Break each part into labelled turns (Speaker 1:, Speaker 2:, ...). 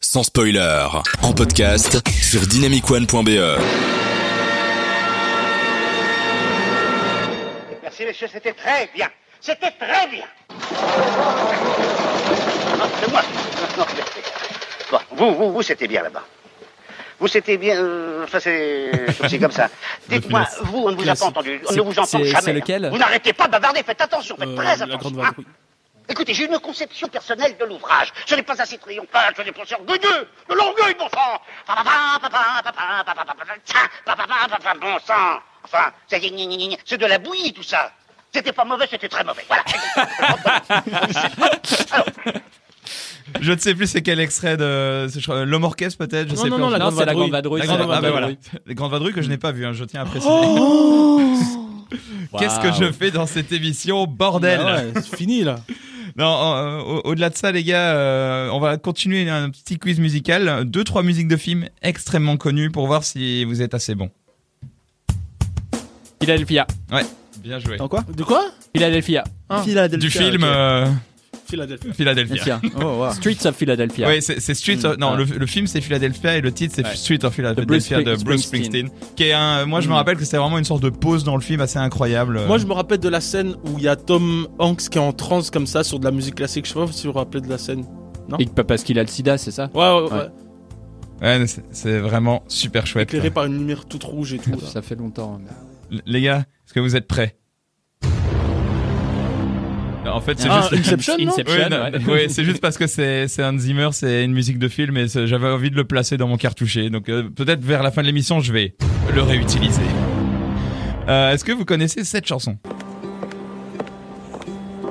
Speaker 1: sans spoiler, en podcast sur dynamicone.be.
Speaker 2: Merci, messieurs, c'était très bien. C'était très bien. Non, c'est moi. Non, non, merci. Bon, vous, vous, vous, c'était bien là-bas. Vous, c'était bien. euh, Enfin, c'est c'est comme ça. Dites-moi,
Speaker 3: Classe.
Speaker 2: vous, on ne vous a
Speaker 3: Classe.
Speaker 2: pas entendu. On
Speaker 3: C'est-
Speaker 2: ne vous entend
Speaker 3: c'est-
Speaker 2: jamais.
Speaker 3: c'est lequel
Speaker 2: hein. Vous n'arrêtez pas de bavarder. Faites attention. Faites
Speaker 3: Euh,
Speaker 2: très
Speaker 3: la grande
Speaker 2: attention.
Speaker 3: voix.
Speaker 2: hein. Écoutez, j'ai une conception personnelle de l'ouvrage. Ce n'est pas un citoyen peintre, je n'ai pas sur gueux, de l'orgueil, bon sang Pa-pa-pa, pa-pa, pa-pa, pa-pa, pa-pa, tcha, pa-pa-pa, pa-pa, bon sang Enfin, c'est gna, gna, gna, gna, c'est de la bouillie, tout ça C'était pas mauvais, c'était très mauvais, voilà Alors,
Speaker 4: Je ne sais plus c'est quel extrait de je crois, l'homme orchestre peut-être. Je
Speaker 3: Non,
Speaker 4: sais
Speaker 3: non,
Speaker 4: plus.
Speaker 3: non, la
Speaker 4: Enfin,
Speaker 3: grande
Speaker 4: c'est
Speaker 3: vadrouille.
Speaker 4: La
Speaker 3: La
Speaker 4: grande-
Speaker 3: grande
Speaker 4: ah, bah, voilà.
Speaker 3: vadrouille.
Speaker 4: Les grandes vadrouilles que je n'ai pas vu, hein, je tiens à préciser. Qu'est-ce que
Speaker 3: Oh Waouh. Bah
Speaker 4: je fais dans cette émission, bordel
Speaker 5: Ah ouais, c'est fini là.
Speaker 4: Non, en- euh, au- au-delà de ça, les gars, euh, on va continuer un petit quiz musical. Deux, trois musiques de films extrêmement connues pour voir si vous êtes assez bon.
Speaker 3: Philadelphia.
Speaker 4: Bien joué.
Speaker 5: Dans quoi De quoi
Speaker 3: Philadelphia.
Speaker 5: Ah.
Speaker 4: Du
Speaker 5: Philadelphia.
Speaker 4: film
Speaker 5: ok.
Speaker 4: euh,
Speaker 5: Philadelphia.
Speaker 4: Philadelphia.
Speaker 5: Oh, wow.
Speaker 3: Streets of Philadelphia.
Speaker 4: Oui, c'est c'est Street.
Speaker 3: Mm.
Speaker 4: of- non,
Speaker 3: Ah.
Speaker 4: le, le film c'est Philadelphia et le titre c'est
Speaker 3: Ouais.
Speaker 4: Street of Philadelphia
Speaker 3: De Bruce Spring-
Speaker 4: de Bruce Springsteen.
Speaker 3: Springsteen.
Speaker 4: Qui est un. Moi, je me
Speaker 3: Mm.
Speaker 4: rappelle que c'est vraiment une sorte de pause dans le film assez incroyable.
Speaker 5: Moi, je me rappelle de la scène où il y a Tom Hanks qui est en transe comme ça sur de la musique classique. Je sais pas si vous vous rappelez de la scène.
Speaker 3: Et pas parce qu'il a le sida, c'est ça
Speaker 5: Ouais, ouais, ouais.
Speaker 3: Ouais.
Speaker 4: Ouais, mais c'est- c'est vraiment super chouette.
Speaker 5: Éclairé par une lumière toute rouge et tout. là.
Speaker 3: Ça fait longtemps. mais-
Speaker 4: L- Les gars, est-ce que vous êtes prêts Non, En fait, c'est
Speaker 5: Ah,
Speaker 4: juste.
Speaker 5: Inception, non
Speaker 3: Inception,
Speaker 4: Ouais, non,
Speaker 3: ouais.
Speaker 4: ouais, c'est juste parce que c'est c'est un Zimmer, c'est une musique de film et c'est- j'avais envie de le placer dans mon cartouché. Donc euh, peut-être vers la fin de l'émission, je vais le réutiliser. Euh, Est-ce que vous connaissez cette chanson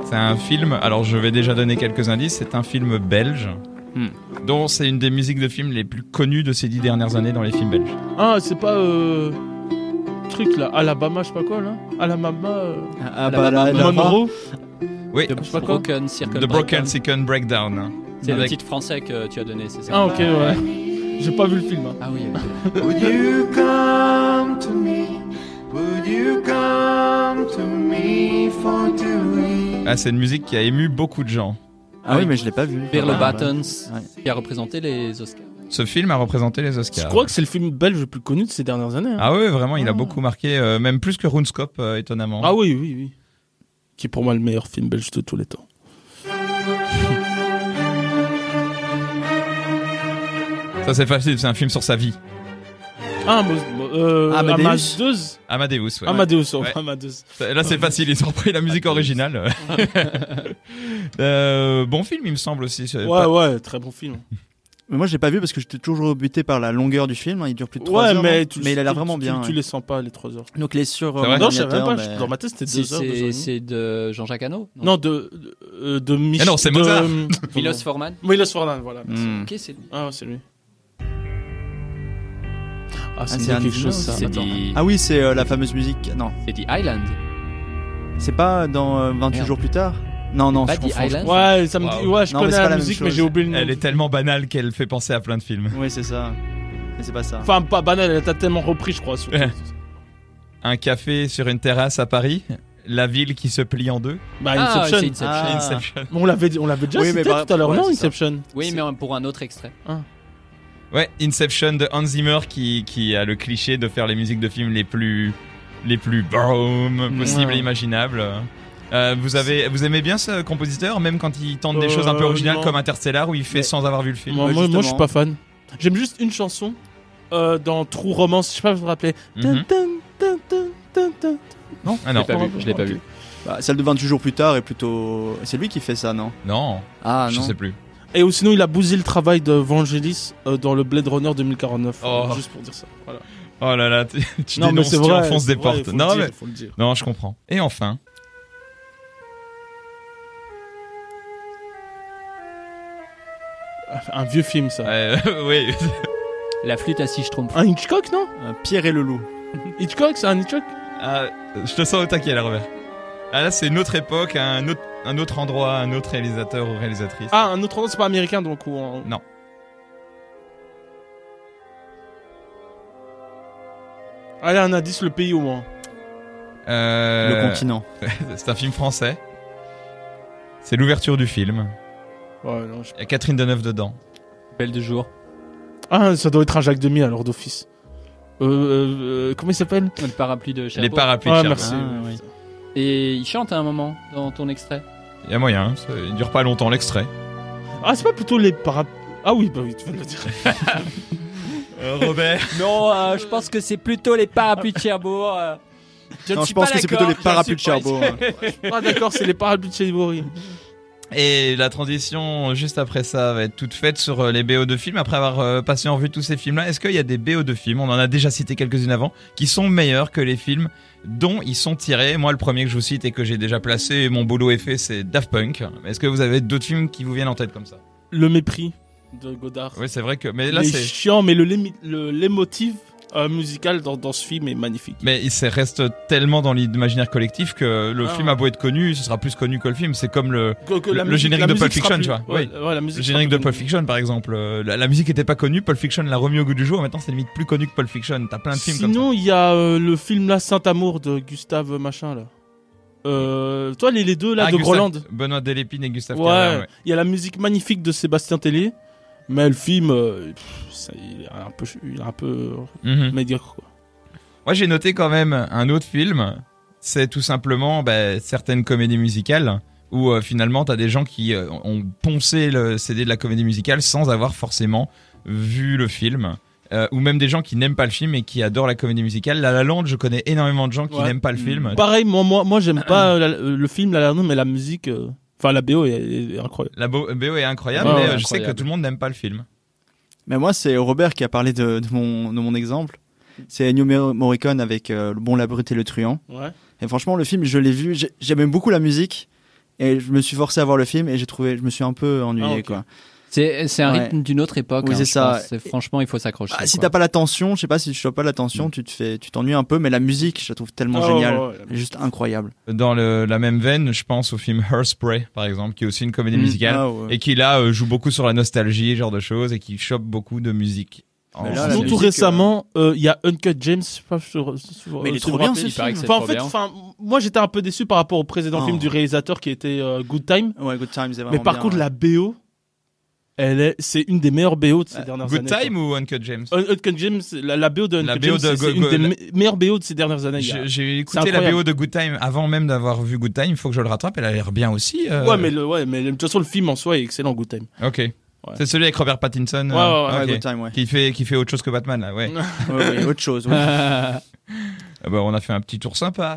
Speaker 4: C'est un film, alors je vais déjà donner quelques indices, c'est un film belge
Speaker 3: Hmm.
Speaker 4: dont c'est une des musiques de films les plus connues de ces dix dernières années dans les films belges.
Speaker 5: Ah, c'est pas. Euh... Truc là. Alabama, je sais pas quoi là. Alabama. euh,
Speaker 6: Ah,
Speaker 3: bah, là, là,
Speaker 5: Monroe.
Speaker 4: Oui,
Speaker 3: The
Speaker 5: Je sais pas quoi.
Speaker 3: Broken Circle.
Speaker 4: The Broken
Speaker 3: Breakdown.
Speaker 4: Second Breakdown. hein.
Speaker 3: C'est le
Speaker 4: Avec-
Speaker 3: titre français que tu as donné, c'est ça
Speaker 5: Ah, ok, ouais. J'ai pas vu le film. hein.
Speaker 3: Ah oui, ok.
Speaker 7: Would you come to me? Would you come to me for two weeks?
Speaker 4: Ah, c'est une musique qui a ému beaucoup de gens.
Speaker 6: Ah oui, mais je l'ai pas vu.
Speaker 3: Bear
Speaker 6: Ah,
Speaker 3: the
Speaker 6: bah.
Speaker 3: Buttons,
Speaker 6: Ouais.
Speaker 3: qui a représenté les Oscars.
Speaker 4: Ce film a représenté les
Speaker 5: Je
Speaker 4: Oscars.
Speaker 5: crois que c'est le film belge le plus connu de ces dernières années. hein.
Speaker 4: Ah oui, vraiment, il a beaucoup marqué, euh, même plus que RuneScope, euh, étonnamment.
Speaker 5: Ah oui, oui, oui. Qui est pour moi le meilleur film belge de tous les temps.
Speaker 4: Ça c'est facile, c'est un film sur sa vie.
Speaker 5: Ah, Mos- euh,
Speaker 6: Amadeus
Speaker 5: Amadeus.
Speaker 4: Amadeus, ouais.
Speaker 5: Amadeus, oh,
Speaker 4: Ouais.
Speaker 5: Amadeus.
Speaker 4: Là c'est facile, ils ont repris la musique originale. Euh, bon film, il me semble aussi. c'est
Speaker 5: Ouais,
Speaker 4: pas-
Speaker 5: ouais, très bon film.
Speaker 6: Mais moi, je l'ai pas vu parce que j'étais toujours buté par la longueur du film. hein. Il dure plus de 3
Speaker 5: Ouais,
Speaker 6: heures. hein.
Speaker 5: mais, tu,
Speaker 6: il a l'air
Speaker 5: tu-
Speaker 6: vraiment
Speaker 5: tu-
Speaker 6: bien.
Speaker 5: Tu,
Speaker 6: ouais.
Speaker 5: les sens pas, les 3 heures.
Speaker 6: Donc les sur.
Speaker 4: C'est vrai Ouais.
Speaker 5: non, je savais même pas.
Speaker 6: ordinateur,
Speaker 5: je-
Speaker 6: mais-
Speaker 5: Dans ma tête, c'était
Speaker 3: C'est-
Speaker 5: 2 heures. deux heures et
Speaker 3: C'est
Speaker 5: demie.
Speaker 3: c'est de Jean-Jacques Hano
Speaker 5: Non, de. de- euh, de Mich
Speaker 4: Ah non, c'est
Speaker 5: de-
Speaker 4: Mozart.
Speaker 5: euh,
Speaker 3: Milos Forman
Speaker 5: Milos Forman, voilà. merci.
Speaker 6: Hmm.
Speaker 3: Ok, c'est lui.
Speaker 5: Ah, ouais, c'est lui. Ah,
Speaker 6: c'est
Speaker 5: c'est quelque
Speaker 6: Andy
Speaker 5: chose,
Speaker 6: Mose,
Speaker 5: ça.
Speaker 3: C'est
Speaker 5: attends.
Speaker 3: dit,
Speaker 6: Ah oui, c'est euh, la fameuse musique. Non,
Speaker 3: c'est dit Island.
Speaker 6: c'est pas dans euh, 28
Speaker 3: Merde.
Speaker 6: jours plus tard. Non, non,
Speaker 3: Pas
Speaker 6: je
Speaker 3: dit
Speaker 6: confonds, je
Speaker 3: Island.
Speaker 5: Ouais, ça me dit.
Speaker 4: Wow.
Speaker 5: Ouais, je
Speaker 6: Non, mais
Speaker 5: connais
Speaker 6: c'est
Speaker 5: la
Speaker 6: pas la même
Speaker 5: musique, mais
Speaker 6: chose.
Speaker 5: j'ai oublié le nom.
Speaker 4: Elle est tellement banale qu'elle fait penser à plein de films.
Speaker 6: confonds. Oui, c'est ça. Mais c'est pas ça.
Speaker 5: Enfin, pas banale, elle t'a tellement repris, je crois. surtout.
Speaker 4: Ouais. Un café sur une terrasse à Paris, la ville qui se plie en deux.
Speaker 5: Bah,
Speaker 3: Ah,
Speaker 5: Inception.
Speaker 3: c'est Inception.
Speaker 6: Ah.
Speaker 4: Inception.
Speaker 5: Mais On l'avait, on l'avait déjà
Speaker 6: Oui,
Speaker 5: cité
Speaker 6: mais bah,
Speaker 5: tout à l'heure,
Speaker 6: ouais,
Speaker 5: non
Speaker 6: c'est ça.
Speaker 5: Inception
Speaker 3: Oui, mais pour un autre extrait.
Speaker 4: Ouais, Inception de Hans Zimmer qui, qui a le cliché de faire les musiques de films les plus les plus boom possibles
Speaker 5: Ouais.
Speaker 4: et imaginables. Euh, vous avez vous aimez bien ce compositeur même quand il tente des
Speaker 5: Euh,
Speaker 4: choses un peu originales
Speaker 5: non.
Speaker 4: comme Interstellar où il fait
Speaker 6: Mais-
Speaker 4: sans avoir vu le film.
Speaker 5: Moi,
Speaker 6: Ouais,
Speaker 5: moi, moi, je suis
Speaker 6: justement.
Speaker 5: pas fan. J'aime juste une chanson euh, dans True Romance, je sais pas si vous vous rappelez.
Speaker 4: Mhm.
Speaker 5: Dun, dun, dun, dun, dun, dun.
Speaker 4: Non, ah non,
Speaker 3: Pas vu, je l'ai pas vu.
Speaker 6: Bah, celle de 28 jours plus tard est plutôt. C'est lui qui fait ça, non
Speaker 4: non,
Speaker 6: Ah
Speaker 4: je
Speaker 6: non.
Speaker 4: sais plus.
Speaker 5: Et ou sinon, il a bousillé le travail de Vangelis euh, dans le Blade Runner 2049.
Speaker 4: Oh.
Speaker 5: euh, juste pour dire ça. Voilà.
Speaker 4: Oh là là, tu, tu dénonces, tu enfonces des
Speaker 5: c'est vrai,
Speaker 4: portes.
Speaker 5: faut le
Speaker 4: Non
Speaker 5: dire,
Speaker 4: mais
Speaker 5: faut le dire.
Speaker 4: non, je comprends. Et enfin,
Speaker 5: Un vieux film, ça.
Speaker 4: euh, oui,
Speaker 3: La flûte à six trompes.
Speaker 5: Un Hitchcock, non
Speaker 6: Euh, Pierre et le loup.
Speaker 5: Hitchcock, c'est un Hitchcock
Speaker 4: Ah, je te sens au taquet là, Robert. Ah là, c'est une autre époque, un autre un autre endroit, un autre réalisateur ou réalisatrice.
Speaker 5: Ah, un autre nom, c'est pas américain, donc. ou en-
Speaker 4: Non.
Speaker 5: Allez, un indice, le pays au moins.
Speaker 4: Euh,
Speaker 6: Le continent.
Speaker 4: C'est un film français. C'est l'ouverture du film.
Speaker 5: Ouais, non, je-
Speaker 4: Il y a Catherine Deneuve dedans.
Speaker 3: Belle du jour.
Speaker 5: Ah, ça doit être un Jacques Demi alors d'office. Euh, euh, euh, comment il s'appelle
Speaker 3: Le parapluie de Cherbourg.
Speaker 4: Les parapluies
Speaker 5: Ah,
Speaker 4: de Cherbourg.
Speaker 5: merci.
Speaker 3: Ah, oui. Et il chante à un moment dans ton extrait.
Speaker 4: Il y a moyen, hein, ça- il dure pas longtemps l'extrait.
Speaker 5: Ah, c'est pas plutôt les para... Ah oui, bah oui, tu viens de le dire.
Speaker 4: Robert
Speaker 3: Non, euh, je pense que c'est plutôt les parapluies de Cherbourg. euh. Je
Speaker 6: Non,
Speaker 3: ne
Speaker 6: je
Speaker 3: suis
Speaker 6: pense
Speaker 3: pas
Speaker 6: que c'est
Speaker 3: d'accord,
Speaker 6: plutôt les
Speaker 3: je
Speaker 6: parapluies de
Speaker 3: suis pas-
Speaker 6: Cherbourg. hein.
Speaker 5: Ah d'accord, c'est les parapluies de Chibori.
Speaker 4: Et la transition juste après ça va être toute faite sur euh, les BO de films. Après avoir euh, passé en revue tous ces films-là, est-ce qu'il y a des BO de films, on en a déjà cité quelques-unes avant, qui sont meilleurs que les films dont ils sont tirés Moi, le premier que je vous cite et que j'ai déjà placé, et mon boulot est fait, c'est Daft Punk. Est-ce que vous avez d'autres films qui vous viennent en tête comme ça
Speaker 5: Le mépris de Godard.
Speaker 4: Oui, c'est vrai que. Mais
Speaker 5: Il
Speaker 4: là,
Speaker 5: est
Speaker 4: c'est.
Speaker 5: chiant, mais le lémi- le- l'émotif euh, musical dans, dans ce film est magnifique.
Speaker 4: Mais il se reste tellement dans l'imaginaire collectif que le
Speaker 5: Ah.
Speaker 4: film a beau être connu, ce sera plus connu que le film. C'est comme le,
Speaker 5: Que- que
Speaker 4: Le- le générique
Speaker 5: la
Speaker 4: de Pulp
Speaker 5: musique sera
Speaker 4: Fiction,
Speaker 5: plus-
Speaker 4: tu vois,
Speaker 5: ouais, ouais, la musique
Speaker 4: le générique de
Speaker 5: sera plus
Speaker 4: Pulp Fiction, par exemple. Euh, La, la musique était pas connue, Pulp Fiction l'a remis au goût du jour. Maintenant, c'est limite plus connu que Pulp Fiction. T'as plein de films comme
Speaker 5: Sinon, il y a euh, le film là, Saint-Amour de Gustave euh, Machin là. Euh, toi, les, les deux
Speaker 4: ça.
Speaker 5: là
Speaker 4: Ah,
Speaker 5: de
Speaker 4: Gustave-
Speaker 5: Groland.
Speaker 4: Benoît Delépine et Gustave
Speaker 5: Ouais,
Speaker 4: Kerrer, ouais.
Speaker 5: il y a la musique magnifique de Sébastien Tellier, mais le film, euh, pff, ça, il est un peu, il est un peu
Speaker 6: Hmm.
Speaker 4: Mhm.
Speaker 5: médiocre. Quoi.
Speaker 4: Moi, j'ai noté quand même un autre film. C'est tout simplement bah, certaines comédies musicales où euh, finalement, t'as des gens qui euh, ont poncé le CD de la comédie musicale sans avoir forcément vu le film. Euh, ou même des gens qui n'aiment pas le film et qui adorent la comédie musicale. La La Land, je connais énormément de gens qui
Speaker 5: Ouais. Mm.
Speaker 4: n'aiment pas le film.
Speaker 5: Pareil, moi, moi, moi, j'aime pas euh, la- euh, le film La La Land, mais la musique, euh, enfin la BO est, est incroyable.
Speaker 4: La bo- BO est incroyable,
Speaker 5: Ouais,
Speaker 4: mais
Speaker 5: ouais,
Speaker 4: euh, je sais que
Speaker 3: incroyable.
Speaker 4: tout le monde n'aime pas le film.
Speaker 6: Mais moi, c'est Robert qui a parlé de, de mon, de mon exemple. C'est Ennio Mor- Morricone avec euh, Le Bon, la Brute et le Truand.
Speaker 5: Ouais.
Speaker 6: Et franchement, le film, je l'ai vu. j'ai- J'aimais beaucoup la musique. Et je me suis forcé à voir le film et j'ai trouvé, je me suis un peu ennuyé.
Speaker 5: Ah, ok.
Speaker 6: quoi.
Speaker 3: C'est c'est un
Speaker 6: Ouais.
Speaker 3: rythme d'une autre époque.
Speaker 6: Oui,
Speaker 3: hein,
Speaker 6: c'est
Speaker 3: je
Speaker 6: ça.
Speaker 3: pense. C'est- Franchement, il faut s'accrocher.
Speaker 6: Ah, si
Speaker 3: quoi.
Speaker 6: t'as pas Mm. l'attention, je sais pas si tu as pas l'attention, tu te fais, tu t'ennuies un peu. Mais la musique, je la trouve tellement
Speaker 5: Ah,
Speaker 6: géniale,
Speaker 5: ouais, ouais, ouais, la
Speaker 6: Elle est juste incroyable.
Speaker 4: Dans le- la même veine, je pense au film Hairspray, par exemple, qui est aussi une comédie
Speaker 3: Mm.
Speaker 4: musicale,
Speaker 6: Ah, ouais.
Speaker 4: et qui là euh, joue beaucoup sur la nostalgie, ce genre de choses, et qui chope beaucoup de musique.
Speaker 6: Mais
Speaker 4: En-
Speaker 6: là, Ah, la
Speaker 5: Sinon, tout
Speaker 6: musique,
Speaker 5: récemment, euh, il y a Uncut James. je sais pas sur- sur-
Speaker 6: Mais il est
Speaker 5: sur-
Speaker 6: trop bien
Speaker 5: sur-
Speaker 6: ce
Speaker 3: il paraît que
Speaker 6: film.
Speaker 3: c'est
Speaker 5: Enfin, en
Speaker 3: trop
Speaker 5: fait,
Speaker 3: bien.
Speaker 5: enfin, moi j'étais un peu déçu par rapport au précédent
Speaker 6: Oh.
Speaker 5: film du réalisateur qui était euh, Good Time.
Speaker 6: Ouais, Good Times, c'est vraiment
Speaker 5: Mais par
Speaker 6: bien,
Speaker 5: contre,
Speaker 6: ouais.
Speaker 5: la BO, elle est, c'est une des meilleures BO de ces
Speaker 6: Euh,
Speaker 5: dernières
Speaker 4: Good
Speaker 5: années.
Speaker 4: Time ou Uncut James
Speaker 5: quoi. Un- Uncut James, la, la BO de
Speaker 4: La
Speaker 5: Uncut
Speaker 4: BO
Speaker 5: James,
Speaker 4: de
Speaker 5: c'est
Speaker 4: Go-
Speaker 5: c'est une
Speaker 4: Go-
Speaker 5: des
Speaker 4: la-
Speaker 5: me- meilleures BO de ces dernières années. il y a-
Speaker 4: J'ai- J'ai écouté
Speaker 5: C'est
Speaker 4: la BO
Speaker 5: incroyable.
Speaker 4: de Good Time avant même d'avoir vu Good Time, il faut que je le rattrape, elle a l'air bien aussi. euh.
Speaker 5: Ouais, mais le, ouais, mais de toute façon, le film en soi est excellent, Good Time.
Speaker 4: Ok. C'est celui avec Robert Pattinson
Speaker 5: Ouais,
Speaker 4: euh,
Speaker 5: ouais, Mm.
Speaker 6: Ouais,
Speaker 4: ok.
Speaker 6: Good Time, ouais.
Speaker 4: Qui, fait, qui fait autre chose que Batman, là, ouais. Euh,
Speaker 6: Ouais, ouais, autre chose. ouais.
Speaker 4: Ah bah, on a fait un petit tour sympa.